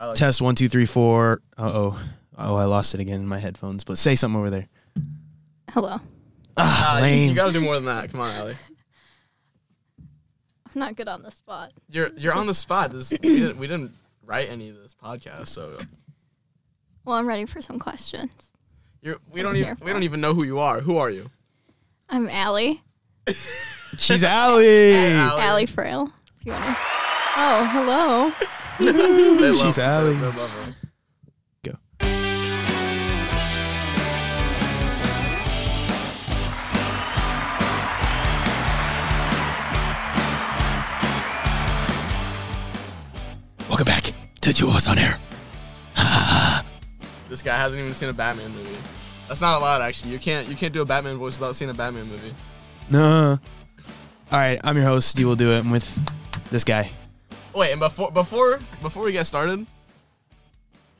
I like- Test one, two, three, four. Uh oh. Oh, I lost it again in my headphones, but say something over there. Hello. Ah, Ah, you- lame. You gotta do more than that. Come on, Allie. I'm not good on the spot. You're you're on the spot. This we didn't, we didn't write any of this podcast, so Well, I'm ready for some questions. you're, we Some don't even careful. we don't even know who you are. Who are you? I'm Allie. She's Allie. Allie. Allie Frail. If you want to. Oh, hello. They love She's her. Allie. They love her. Go. Welcome back to Two of Us on Air. This guy hasn't even seen a Batman movie. That's not allowed, actually. You can't you can't do a Batman voice without seeing a Batman movie. No. All right, I'm your host. You will do it. I'm with this guy. Wait, and before before before we get started,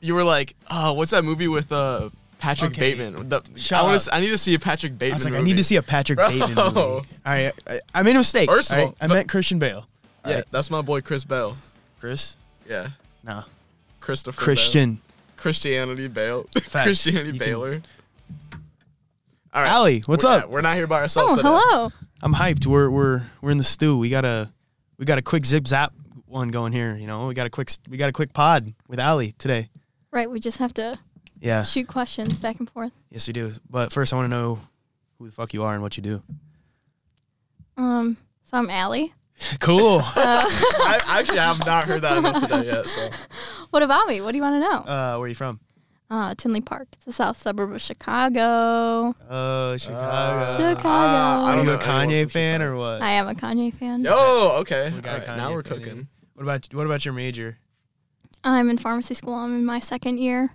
you were like, "Oh, what's that movie with uh Patrick Okay. Bateman?" The, Shut I wanna up. s- I need to see a Patrick Bateman. I was like, I movie. need to see a Patrick Bro. Bateman movie. All right, I, I made a mistake. First of All all, right, I but- meant Christian Bale. All Yeah, right, that's my boy Chris Bale. Chris. Yeah, No, Christopher Bale. Christian. Christianity Bale. Facts. Christianity You can- Baylor. All right, Allie, what's we're up? Not, we're not here by ourselves. Oh, today. hello. I'm hyped. We're we're we're in the stew. We got a we got a quick zip zap one going here. You know, we got a quick we got a quick pod with Ali today. Right, we just have to Yeah, shoot questions back and forth. yes we do. But first, I want to know who the fuck you are and what you do. Um, so I'm Allie. cool. I actually have not heard that enough today yet. So What about me? What do you want to know? Uh, where are you from? Uh, Tinley Park. It's a south suburb of Chicago. Uh, Chicago. Chicago. Ah, I are don't you know a anyone Kanye from fan or what? I am a Kanye fan. Oh, okay. We got All right, Kanye now we're fan in. cooking. What about what about your major I'm in pharmacy school. I'm in my second year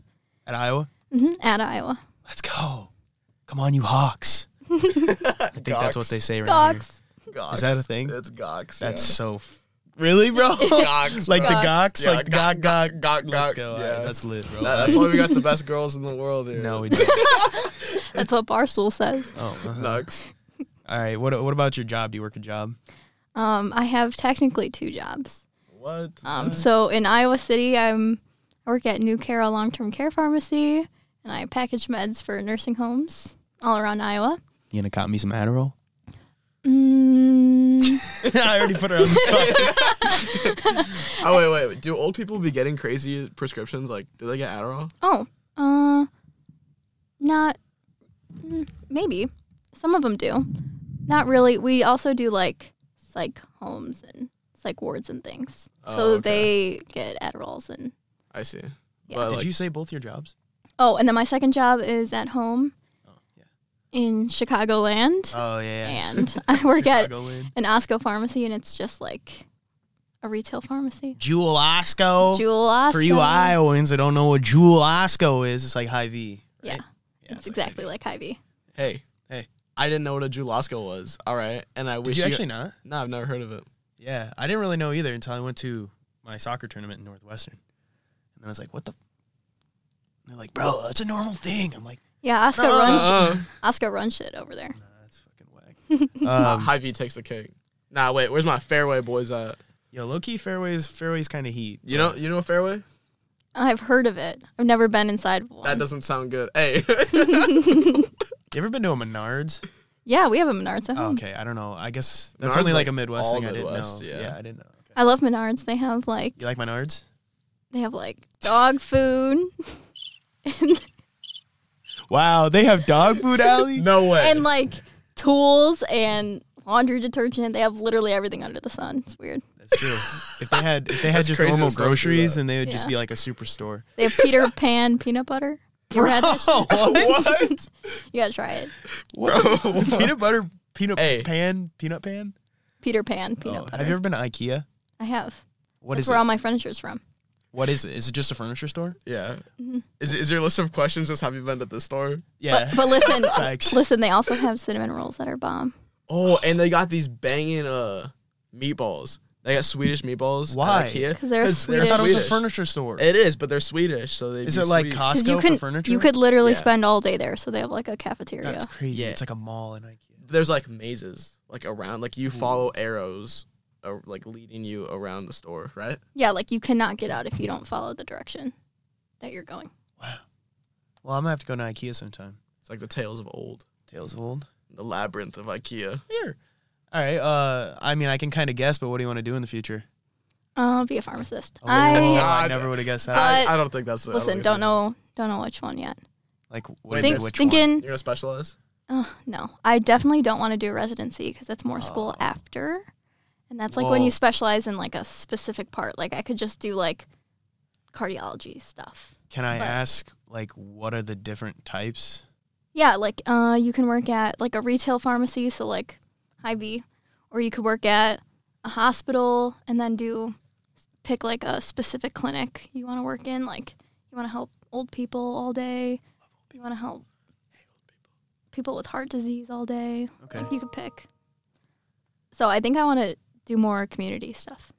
at Iowa? hmm at Iowa. Let's go. Come on, you Hawks. I I think that's what they say right Gox. Gox. Is that a thing? It's Gox. That's yeah. so f- really, bro. Gox, like bro. the Gox, Yeah, like Gog, Gog, Gog, Let's Gog, go. yeah. Alright, that's lit, bro. That- that's why we got the best girls in the world here. no, we do. That's what Barstool says. Oh, uh-huh. Nux. all right. What what about your job? Do you work a job? Um, I have technically two jobs. What? Um, so in Iowa City, I'm I work at New Care, a long-term care pharmacy, and I package meds for nursing homes all around Iowa. You gonna cop me some Adderall? Mm, I already put her on the spot. oh wait, wait, wait. Do old people be getting crazy prescriptions? Like, do they get Adderall? oh, uh, not mm, maybe some of them do. Not really. We also do like psych homes and psych wards and things, so Oh, okay. they get Adderalls and I see. Yeah. But, Did like, you say both your jobs? oh, and then my second job is at home Oh yeah. in Chicagoland, Oh yeah. and I work at Chicagoland. an Osco pharmacy, and it's just like a retail pharmacy. Jewel Osco. Jewel Osco. Oh, For you Iowans that don't know what Jewel Osco is, it's like High V. Yeah, Yeah, it's exactly like Ivy. hey, Hey. I didn't know what a Julasco was. All right, and I Did wish you actually not? No, I've never heard of it. Yeah, I didn't really know either until I went to my soccer tournament in Northwestern, and then I was like, "What the?" And they're like, "Bro, that's a normal thing." I'm like, Yeah, Oscar No, runs. Uh, Oscar runs shit over there. "Nah, that's fucking whack." um, High V takes the cake. Nah, wait. Where's my fairway boys at? Yo, low key fairways, fairways kind of heat. You know, you know a fairway? I've heard of it. I've never been inside of one. That doesn't sound good. Hey, You ever been to a Menards? yeah, we have a Menards at Oh, home. okay, I don't know. I guess that's Menards only is like like a Midwest all thing. Midwest, I didn't know. yeah. Yeah, I didn't know. Okay. I love Menards. They have like You like Menards? they have like dog food Wow, they have dog food alley. no way. and like tools and laundry detergent. They have literally everything under the sun. It's weird. That's true. If they had, if they had That's just crazy normal to sort through groceries, that. then they would just Yeah. be like a superstore. They have Peter Pan peanut butter. You ever had that shit? what? You gotta try it. Bro. peanut butter, peanut Hey. pan, peanut pan. Peter Pan peanut Oh, butter. have you ever been to IKEA? I have. What That's is where it? all my furniture's from. what is it? Is it just a furniture store? Yeah. Mm-hmm. Is, is your list of questions just have you been to this store? Yeah. But, but listen, Thanks. listen, they also have cinnamon rolls that are bomb. Oh, and they got these banging uh meatballs. They got Swedish meatballs. at Why? IKEA. 'Cause they're I thought it was a Swedish. furniture store. It is, but they're Swedish, so they Is be it like sweet. Because Costco you for could furniture? you could literally Yeah. spend all day there, so they have like a cafeteria. That's crazy. Yeah. It's like a mall in IKEA. there's like mazes like around like you follow arrows uh, like leading you around the store, right? Yeah, like you cannot get out if you don't follow the direction that you're going. Well, I'm gonna have to go to IKEA sometime. It's like the tales of old, Tales of old. the labyrinth of IKEA. Here. All right. Uh, I mean, I can kind of guess, but what do you want to do in the future? I'll be a pharmacist. Oh, I I God. never would have guessed that. I, But- I don't think that's it. I Uh, listen, think don't it's- know, don't know which one yet. Like, what, Think, which one? thinking, You're gonna specialize. oh, no, I definitely don't want to do residency because that's more school Oh. after, and that's like when Whoa. you specialize in like a specific part. Like I could just do like cardiology stuff. Can I but- ask, like, what are the different types? Yeah, like uh, you can work at like a retail pharmacy, so like high B, or you could work at a hospital and then do pick like a specific clinic you want to work in. Like you want to help old people all day. You want to help people with heart disease all day. Okay. Like you could pick. So I think I want to do more community stuff.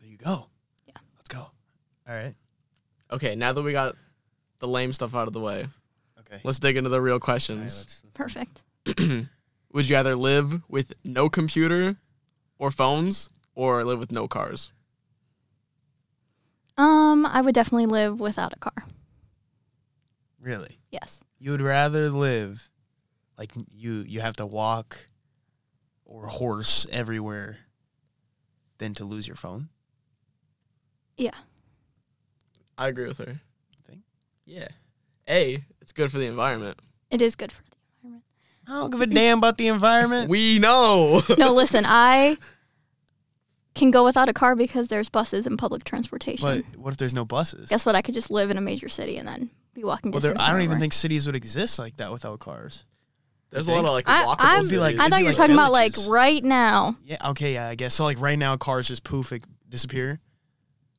There you go. Yeah. Let's go. All right. Okay, now that we got the lame stuff out of the way, Okay. let's dig into the real All right, questions. let's- let's- Perfect. Would you rather live with no computer or phones, or live with no cars? Um, I would definitely live without a car. really? Yes. You would rather live like you you have to walk or horse everywhere than to lose your phone? Yeah. I agree with her. Think? Yeah. A, it's good for the environment. It is good for the environment. I don't give a damn about the environment. We know. no, listen, I can go without a car because there's buses and public transportation. but what if there's no buses? Guess what? I could just live in a major city and then be walking well, there, distance. I from don't even everywhere. think cities would exist like that without cars. There's a lot of like I- walkable I'm- cities. like- I thought you were like talking about like villages. right now. Yeah, okay, yeah, I guess. So like right now cars just poof like, disappear.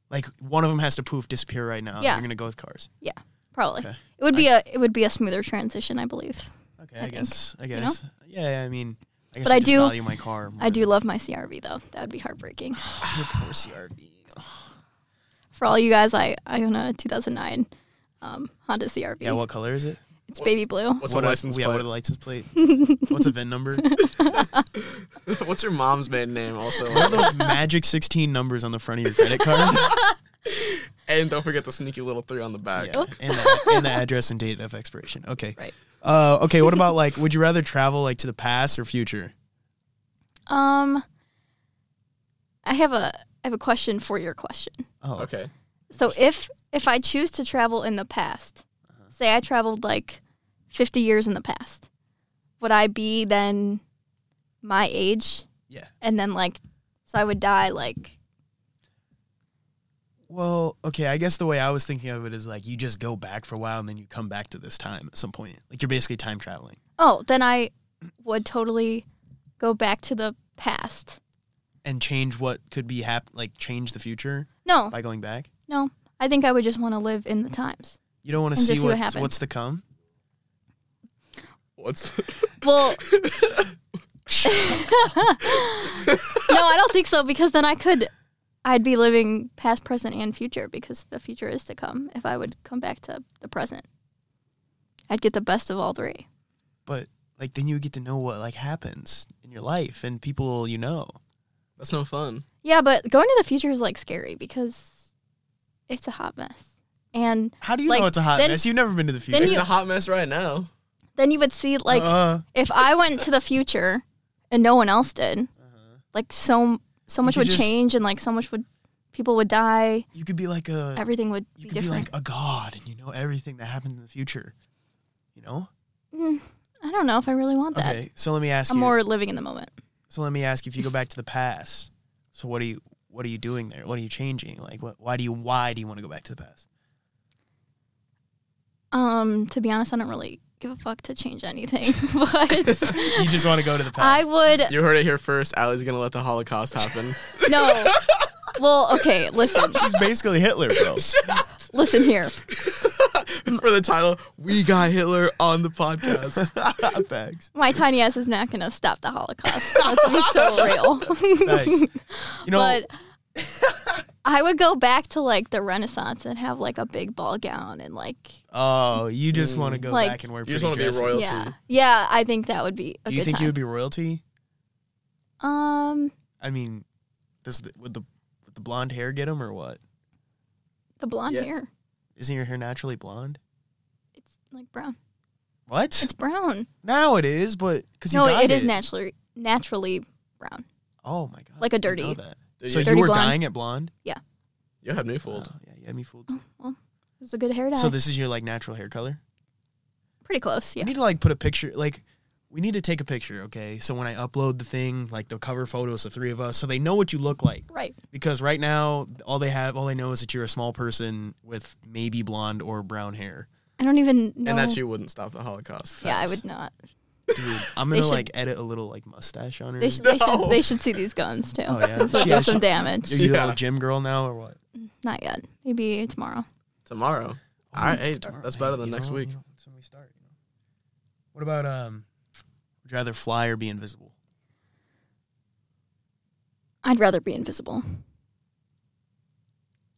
Like one of them has to poof disappear right now. Yeah. You're going to go with cars. Probably Okay. it would be a it would be a smoother transition, I believe. Okay, I I, think. guess. I know? guess. Yeah, I mean, I guess But I, I just do- value my car. More I do than- love my CRV though. That would be heartbreaking Your poor CRV. for all you guys. I I own a 2009 um, Honda CRV. Yeah, what color is it? it's baby blue. What's what the are- license yeah, plate? what are the license plate? What's a VIN number? What's your mom's maiden name also? What are those magic 16 numbers on the front of your credit card? and don't forget the sneaky little three on the back. Yeah, and, the, and the address and date of expiration. Okay. Right. Uh, okay, what about like, would you rather travel like to the past or future? Um, I have a I have a question for your question. Oh, Okay. So if if I choose to travel in the past, say I traveled like 50 years in the past, would I be then my age Yeah. and then like so I would die like Well, okay, I guess the way I was thinking of it is like you just go back for a while and then you come back to this time at some point. Like you're basically time traveling. oh, then I would totally go back to the past. And change what could be hap- like change the future No, by going back. no. I think I would just want to live in the times. You don't want to And see, just see what what- happens. what's to come. What's the- Well, no, I don't think so because then I could I'd be living past, present and future because the future is to come if I would come back to the present. I'd get the best of all three. But like then you get to know what like happens in your life and people you know. That's no fun. Yeah, but going to the future is like scary because it's a hot mess. And How do you Like, know it's a hot then- mess? You've never been to the future. then It's you- a hot mess right now. then you would see like Uh, if I went to the future and no one else did, like so so much Uh-huh. could would just- change and like so much would people would die, you could be like a everything would Uh, you be could different. be like a god and you know everything that happens in the future. You know? Mm, I don't know if I really want that. Okay. So let me ask I'm you. more living in the moment. So let me ask you: If you go back to the past, so what are you what are you doing there? What are you changing? Like, what, why do you why do you want to go back to the past? Um, to be honest, I don't really give a fuck to change anything, but You just want to go to the I past. would You heard it here first. Allie's gonna let the Holocaust happen. no. Well, okay, listen, She's basically Hitler, bro. listen here. For the title, we got Hitler on the podcast. Thanks. My tiny ass is not gonna stop the Holocaust. Let's be so real. Thanks. You know, but I would go back to like the Renaissance and have like a big ball gown and like oh, you just want to go Like- back and wear Mm. You just pretty wanna be dresses. royal. Royalty. yeah, yeah. I think that would be. A Do you good think time. you would be royalty? Um, I mean, Does the, would the would the blonde hair get him or what? The blonde Yeah. hair. Isn't your hair naturally blonde? It's like brown. What? It's brown. now it is, but because No, you dyed it is naturally naturally brown. Oh my god, Like a I didn't know dirty- that. Dude, So you, Dirty you were blonde. dying at blonde. you had me fooled. Wow, yeah, you had me fooled. too. It was a good hair dye. So this is your like natural hair color. Pretty close, yeah. We need to like put a picture. Like we need to take a picture, okay? So when I upload the thing, like the cover photos, the three of us, so they know what you look like. Right. Because right now, all they have, all they know is that you're a small person with maybe blonde or brown hair. I don't even know. And that you wouldn't stop the Holocaust. Yeah, I Facts. would not. Dude, I'm They gonna should- like edit a little like mustache on her. They should, they No. should they should see these guns too. Oh yeah, So it yeah does some she- damage. are you Yeah. a gym girl now or what? Not yet. Maybe tomorrow. Tomorrow. All right, hey, that's better than You next know, week. you know, that's when we start. you know. What about um? Would you rather fly or be invisible? I'd rather be invisible.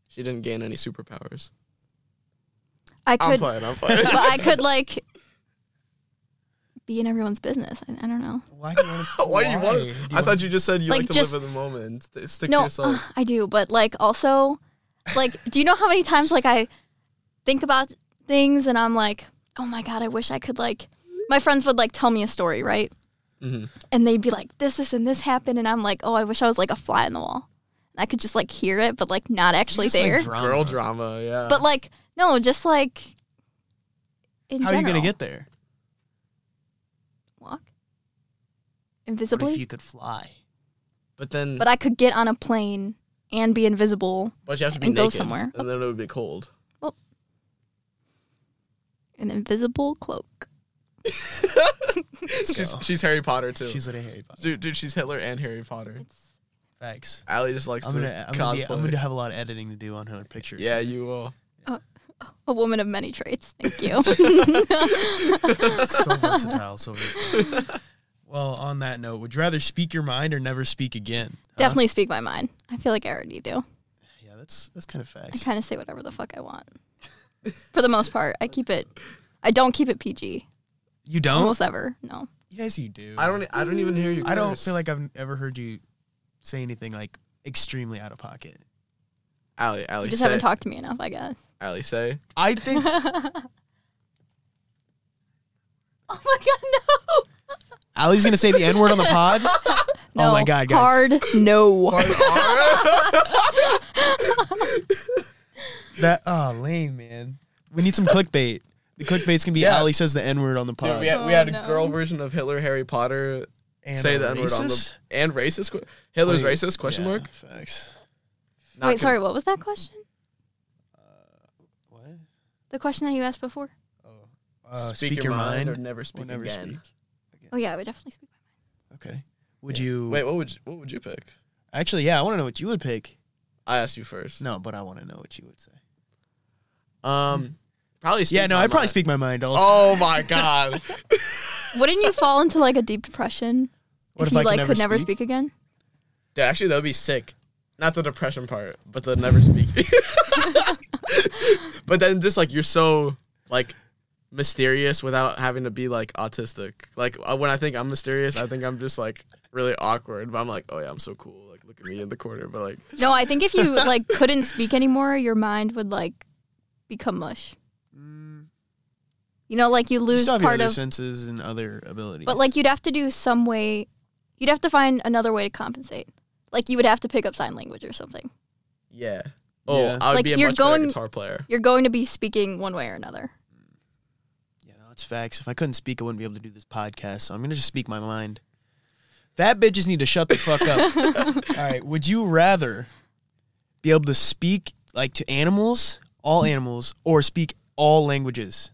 She didn't gain any superpowers. I I'm could playing. I'm playing. but I could like be in everyone's business. I, I don't know. Why do you want to? Why do you want to? I thought you just said you like, Like, to just- live in the moment. and st- stick to No, uh, yourself. I do, but like also, like, do you know how many times like I think about things and I'm like, oh my god, I wish I could like. My friends would like tell me a story, right? Mhm. And they'd be like, this, this, and this happened, and I'm like, oh, I wish I was like a fly on the wall. And I could just like hear it, but like not actually there. Girl drama, uh, yeah. but like, no, just like. In How are you gonna general. get there? walk What invisibly? if you could fly? but then, but I could get on a plane and be invisible but you have to be and go naked, somewhere. and then it would be cold. an invisible cloak. she's go. she's Harry Potter too. She's like a Harry Potter. dude, dude, she's Hitler and Harry Potter. It's Facts. Allie just likes I'm to gonna, I'm, gonna cosplay. be, I'm gonna have a lot of editing to do on her picture. yeah, you will. a woman of many traits. Thank you. so versatile, so versatile. well, on that note, would you rather speak your mind or never speak again? Huh? Definitely speak my mind. I feel like I already do. Yeah, that's that's kind of I facts. kind of say whatever the fuck I want. For the most part, I keep it. I don't keep it PG You don't? almost ever. No, Yes, you do. I don't. I don't even hear you. I don't curse. feel like I've ever heard you say anything like extremely out of pocket. Allie. Allie, you just say, haven't talked to me enough, I guess. Allie, say. I think Oh my god, Allie's gonna say the N word on the pod. no! no oh my god, guys. hard no. Oh, That oh lame man. We need some clickbait. The clickbait's gonna be Yeah. Allie says the N word on the pod. Dude, we had, we Oh, had a no. girl version of Hitler, Harry Potter. And say we're the N word on the racist? and racist. que- Hitler's Wait, racist? Question Yeah, mark. Facts. Not Wait, con- sorry. What was that question? What? The question that you asked before? Oh. Uh, speak, your, mind. or never speak We'll never again. speak. Oh yeah, I would definitely speak. Okay. Would Yeah. you? Wait, what would you, what would you pick? Actually, yeah. I want to know what you would pick. I asked you first. No, but I want to know what you would say. Um, probably. Speak Mm-hmm. yeah. No, my I probably mind. speak my mind. Also. Oh my god. Wouldn't you fall into like a deep depression What if, if you I could like never could never speak? speak again? Dude, actually, that would be sick. Not the depression part, but the never speak. but then just like you're so like mysterious without having to be like autistic. Like uh, when I think I'm mysterious, I think I'm just like really awkward. But I'm like, oh yeah, I'm so cool. Like look at me in the corner. But like, No, I think if you like couldn't speak anymore, your mind would like become mush. You know, like you You lose Mm, still have your part other of, senses and other abilities. but like you'd have to do some way. You'd have to find another way to compensate. Like you would have to pick up sign language or something. yeah. Oh, Yeah. I would Like, be a you're much better going- guitar player. You're going to be speaking one way or another. Yeah, no, it's facts. If I couldn't speak, I wouldn't be able to do this podcast. So I'm gonna just speak my mind. Fat bitches need to shut the fuck up. All right. Would you rather be able to speak like to animals, all animals, or speak all languages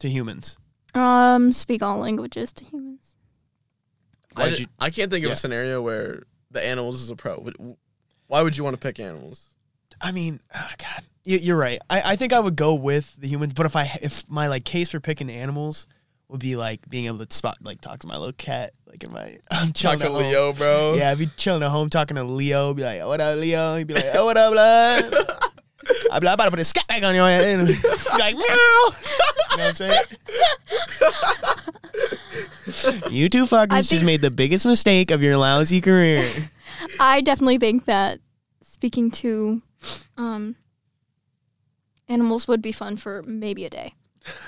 to humans? Um, speak all languages to humans. I, Why'd ju- you- I can't think of Yeah. a scenario where the animals is a pro. Would- Why would you want to pick animals? I mean, oh God, You- you're right. I, I think I would go with the humans, but if I if my like case for picking animals would be like being able to spot like talk to my little cat, like in my I'm chilling Talk to at home. Leo, bro. Yeah, I'd be chilling at home talking to Leo. Be like, what up, Leo? He'd be like, oh, what up, love? I'd be like, I'm about to put a scat back on your head. And he'd be like, meow. You know what I'm saying? you two fuckers I just think- made the biggest mistake of your lousy career. I definitely think that speaking to um, animals would be fun for maybe a day,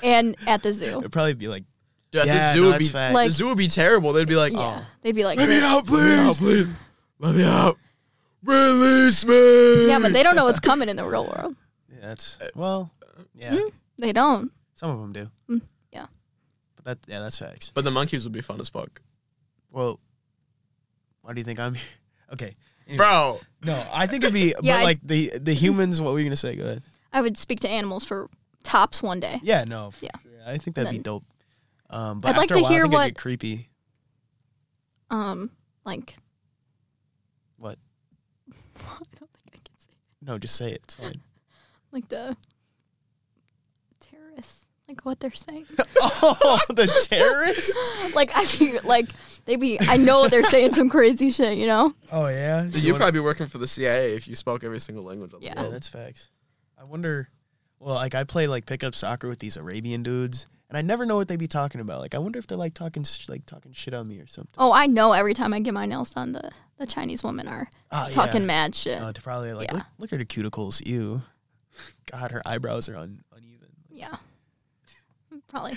and at the zoo. It'd probably be like, Dude, yeah, the zoo no, would that's be fact. the Like- zoo would be terrible. They'd be like, yeah, oh, they'd be like, let me out, please, please, let me out, release me. yeah, but they don't know what's coming in the real world. yeah, that's well, yeah, Hmm? They don't. some of them do. Mm, yeah. but that yeah, that's facts. But the monkeys would be fun as fuck, Well, why do you think I'm here? Okay, Anyway. bro. no, I think it'd be, Yeah, but I- like the the humans. What were you gonna say? Go ahead. I would speak to animals for tops one day. Yeah, no, for Yeah. sure. I think that'd be then- dope. Um, but I'd like after to a while, hear I think it'd what- get creepy. Um, like What? I don't think I can say. No, just say it. It's fine. Like the terrorists, like what they're saying. oh, the terrorists! like I be like they be. I know they're saying some crazy shit. You know. Oh yeah, Dude, You'd probably be working for the CIA if you spoke every single language on the Yeah. Yeah, world. that's facts. I wonder. Well, like I play like pickup soccer with these Arabian dudes, and I never know what they be talking about. Like I wonder if they're like talking sh- like talking shit on me or something. Oh, I know. Every time I get my nails done, the the Chinese women are Oh, talking mad shit. Yeah. Uh, to probably like Yeah. look, look at her cuticles. Ew. God, her eyebrows are un- uneven. yeah. Probably.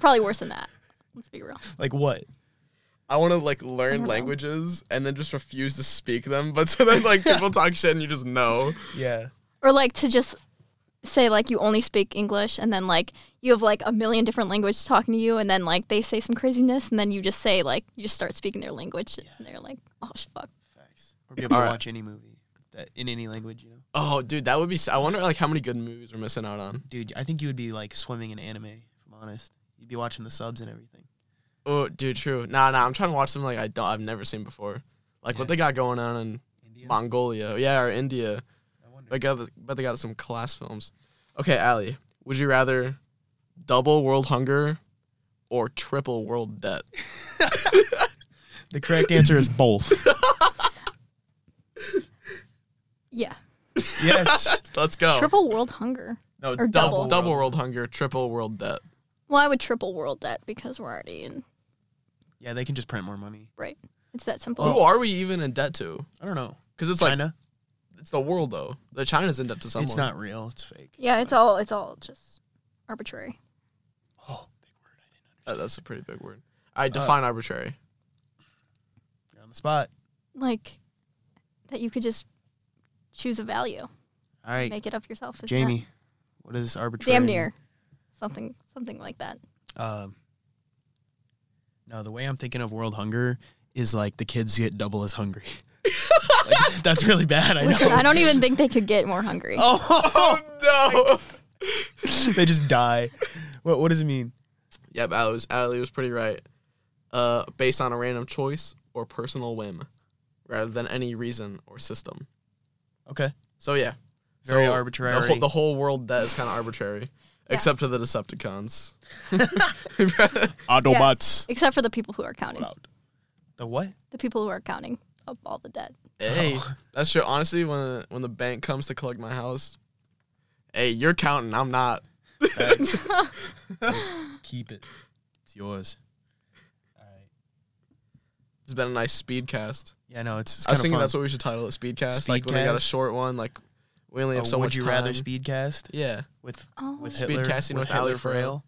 Probably worse than that. Let's be real. Like what? I want to like I learn don't know. languages and then just refuse to speak them, but so then like people talk shit and you just know. Yeah. Or like to just say like you only speak English and then like you have like a million different languages talking to you and then like they say some craziness and then you just say like you just start speaking their language and they're like, Oh sh- fuck. Facts. Or be able to Alright. watch any movie that in any language. You know, Oh, dude, that would be. s- I wonder like how many good movies we're missing out on. dude. I think you would be like swimming in anime. If I'm honest, you'd be watching the subs and everything. Oh, dude, true. Nah, nah. I'm trying to watch something like I don't. I've never seen before. Like Yeah. what they got going on in India. Mongolia, yeah, or India. I wonder. They got, but they got some class films. Okay, Allie, would you rather double world hunger or triple world debt? the correct answer is both. Yeah. yes. Let's go. Triple world hunger. no, or double double. double world hunger, triple world debt. Well, I would triple world debt because we're already in Yeah, they can just print more money. right. It's that simple. Who are we even in debt to? I don't know. Because it's like China. it's the world though. The China's in debt to someone. It's not real. It's fake. Yeah, it's all it's all just arbitrary. Oh, big word. I didn't Uh, that's a pretty big word. I define arbitrary. know. You're on the spot. Like that you could just choose a value, All right, make it up yourself. Isn't that Jamie. What is this arbitrary? damn near something something like that. Um, no, the way I'm thinking of world hunger is like the kids get double as hungry. like, that's really bad. I know. Listen, I don't even think they could get more hungry. oh, No. they just die. What What does it mean? yep, Allie was Allie was pretty right. Uh, based on a random choice or personal whim, rather than any reason or system. Okay. So yeah, Very So, arbitrary. The whole, the whole world debt is kind of arbitrary, except to the Decepticons. Autobots. Except for the people who are counting. The what? The people who are counting up all the debt. hey, Oh. that's true. Honestly, when when the bank comes to collect my house, hey, you're counting. I'm not. Keep it. It's yours. All right. It's been a nice speedcast. Yeah, no, it's. it's I was kinda thinking fun. that's what we should title it, Speedcast. Like when we got a Speedcast? short one, like we only Uh, have so would much you time. rather speedcast Yeah, with Oh, with Speed Hitler, casting with with Ally Hitler Frail.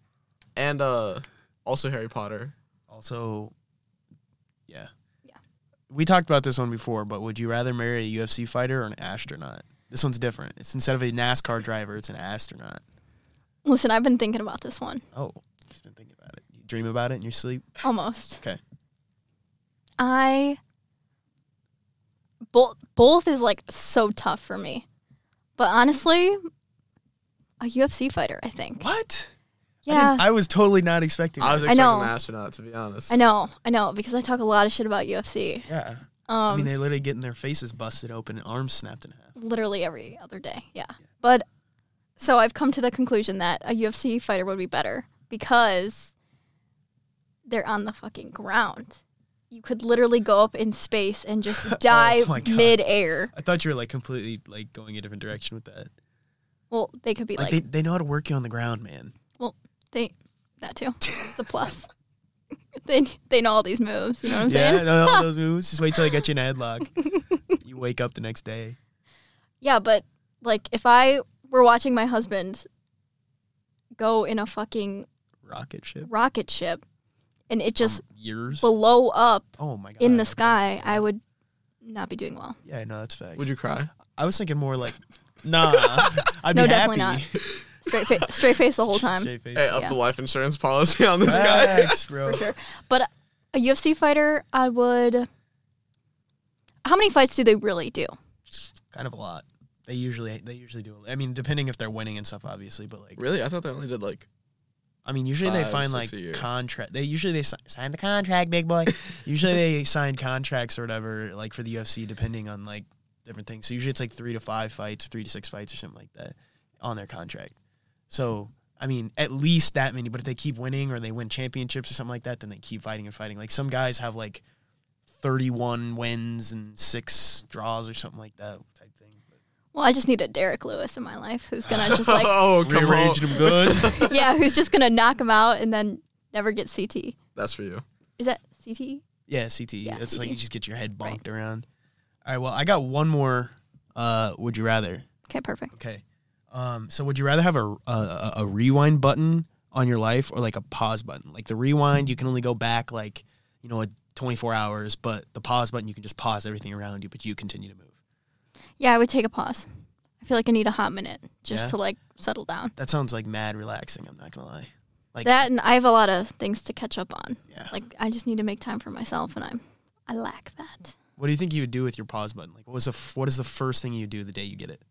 and uh, also Harry Potter. Also, yeah, Yeah. We talked about this one before, but would you rather marry a UFC fighter or an astronaut? This one's different. It's instead of a NASCAR driver, it's an astronaut. Listen, I've been thinking about this one Oh, just been thinking about it. You dream about it in your sleep. almost. Okay. I both both is like so tough for me, but honestly, a UFC fighter. I think. What? I Yeah, didn't- I, was totally not expecting. I was that. expecting know. an astronaut, to be honest. I know, I know, because I talk a lot of shit about UFC. yeah. Um, I mean, they literally getting their faces busted open and arms snapped in half. literally every other day. Yeah. But so I've come to the conclusion that a UFC fighter would be better because they're on the fucking ground. You could literally go up in space and just dive Oh my God. midair. I thought you were like completely like going a different direction with that. Well, they could be Like, like, they, they know how to work you on the ground, man. well, they that too. It's a plus. they they know all these moves. You know what I'm yeah, saying? no, all those moves. Just wait till I get you in a headlock. you wake up the next day. Yeah, but like if I were watching my husband go in a fucking Rocket ship. rocket ship and it just Um, years. blow up oh my god. in the sky, I would not be doing well. Yeah, no, that's facts. Would you cry? I was thinking more like, nah. I'd No, be definitely happy. Straight, fa- straight face the whole time. Straight face. Hey, up Yeah. the life insurance policy on this guy. Facts, bro. for sure. But a UFC fighter, I would. How many fights do they really do? kind of a lot. They usually they usually do. I mean, depending if they're winning and stuff, obviously. But like, really? I thought they only did like. I mean, usually they Five, find six like a year. contract. They usually they si- sign the contract, big boy. usually they sign contracts or whatever, like for the UFC, depending on like different things. So usually it's like three to five fights, three to six fights, or something like that on their contract. So I mean, at least that many. But if they keep winning or they win championships or something like that, then they keep fighting and fighting. Like some guys have like thirty-one wins and six draws or something like that type thing. Well, I just need a Derek Lewis in my life who's gonna just like, oh come on! Rearranging them good. yeah, who's just gonna knock him out and then never get CT. That's for you. Is that CT? Yeah, CTE. Yeah, it's like CTE. you just get your head Right. bonked around. All right, well, I got one more. Uh, would you rather? Okay, perfect. Okay. Um, so would you rather have a, a- a a rewind button on your life or like a pause button? Like the rewind, you can only go back like you know a 24 hours, but the pause button, you can just pause everything around you, but you continue to move. Yeah, I would take a pause. I feel like I need a hot minute just Yeah? to like settle down. That sounds like mad relaxing. I'm not gonna lie. Like- That and I have a lot of things to catch up on. Yeah. Like I just need to make time for myself, and I'm I lack that. What do you think you would do with your pause button? Like, what was the f- what is the first thing you do the day you get it?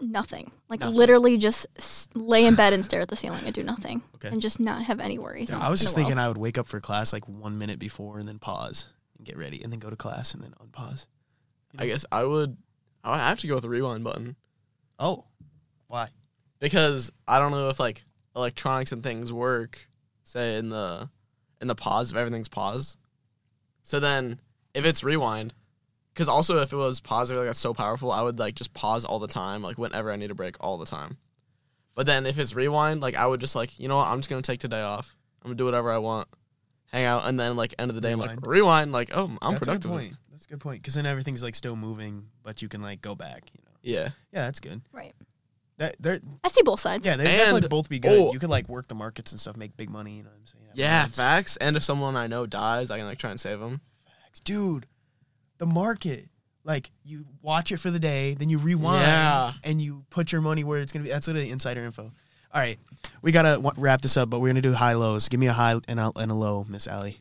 Nothing. Like Nothing. literally just s- lay in bed and stare at the ceiling and do nothing, Okay. and just not have any worries. Yeah, in- I was in just the world. thinking I would wake up for class like one minute before and then pause and get ready and then go to class and then unpause. I guess I would. I would have to go with the rewind button Oh, why? because I don't know if like electronics and things work. Say in the in the pause if everything's paused. So then if it's rewind, because also if it was pause, I feel like that's so powerful. I would like just pause all the time, like whenever I need a break, all the time. But then if it's rewind, like I would just like you know what, I'm just gonna take today off. I'm gonna do whatever I want, hang out, and then like end of the day, I'm like Rewind. rewind, like oh I'm that's productive. A good point. That's a good point because then everything's like still moving, but you can like go back. You know? Yeah. Yeah, that's good. Right. That they're I see both sides. yeah they definitely And- both be good. oh. you could like work the markets and stuff, make big money. You know what I'm saying? Yeah, That's- facts. And if someone I know dies, I can like try and save them. dude, the market. Like you watch it for the day, then you rewind Yeah. and you put your money where it's gonna be. That's literally insider info. All right, we gotta w- wrap this up, but we're gonna do high lows. Give me a high and a, and a low, Miss Allie.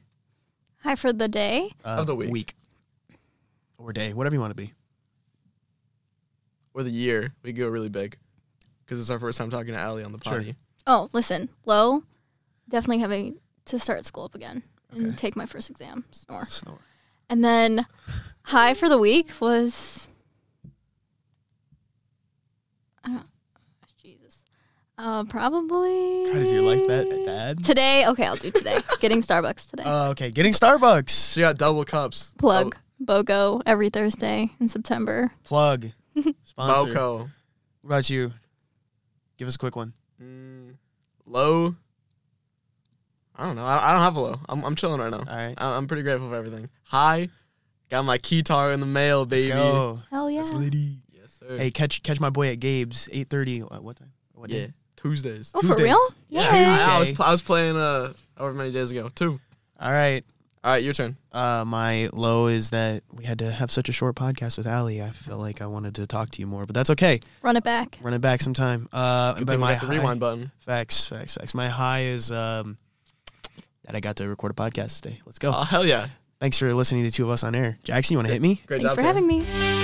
Hi for the day. Uh, Of the week. or day, whatever you want to be. Or the year, we go really big because it's our first time talking to Allie on the Sure. potty. Oh, listen, low. Definitely having to start school up again and Okay. take my first exam. Snore. Snore. And then high for the week was I don't Jesus. Uh, probably. God, is your life that bad? Today, okay, I'll do today. Getting Starbucks today. Uh, okay, getting Starbucks She got double cups. Plug BOGO every Thursday in September. plug Oh, sponsor. Boco. What about you? Give us a quick one. Mm, low. I don't know. I, I don't have a low. I'm, I'm chilling right now. All right, I, I'm pretty grateful for everything. High. Got my guitar in the mail, let's baby. go. Hell yeah. That's litty. Yes, sir. Hey, catch catch my boy at Gabe's eight thirty. At what time? What yeah. day? Tuesdays. Oh, for Tuesdays. real? Yeah. Yeah. I, I was Tuesday. pl- I was playing uh however many days ago. Two. All right. All right, your turn. Uh, my low is that we had to have such a short podcast with Ali. I feel like I wanted to talk to you more, but that's okay. Run it back. Run it back sometime. Uh, Good but thing we my got the high- rewind button. Facts, facts, facts. My high is um, that I got to record a podcast today. Let's go. Oh hell yeah! Thanks for listening to the two of us on air. Jackson, you want to hit me? Great Thanks job. for Taylor. having me.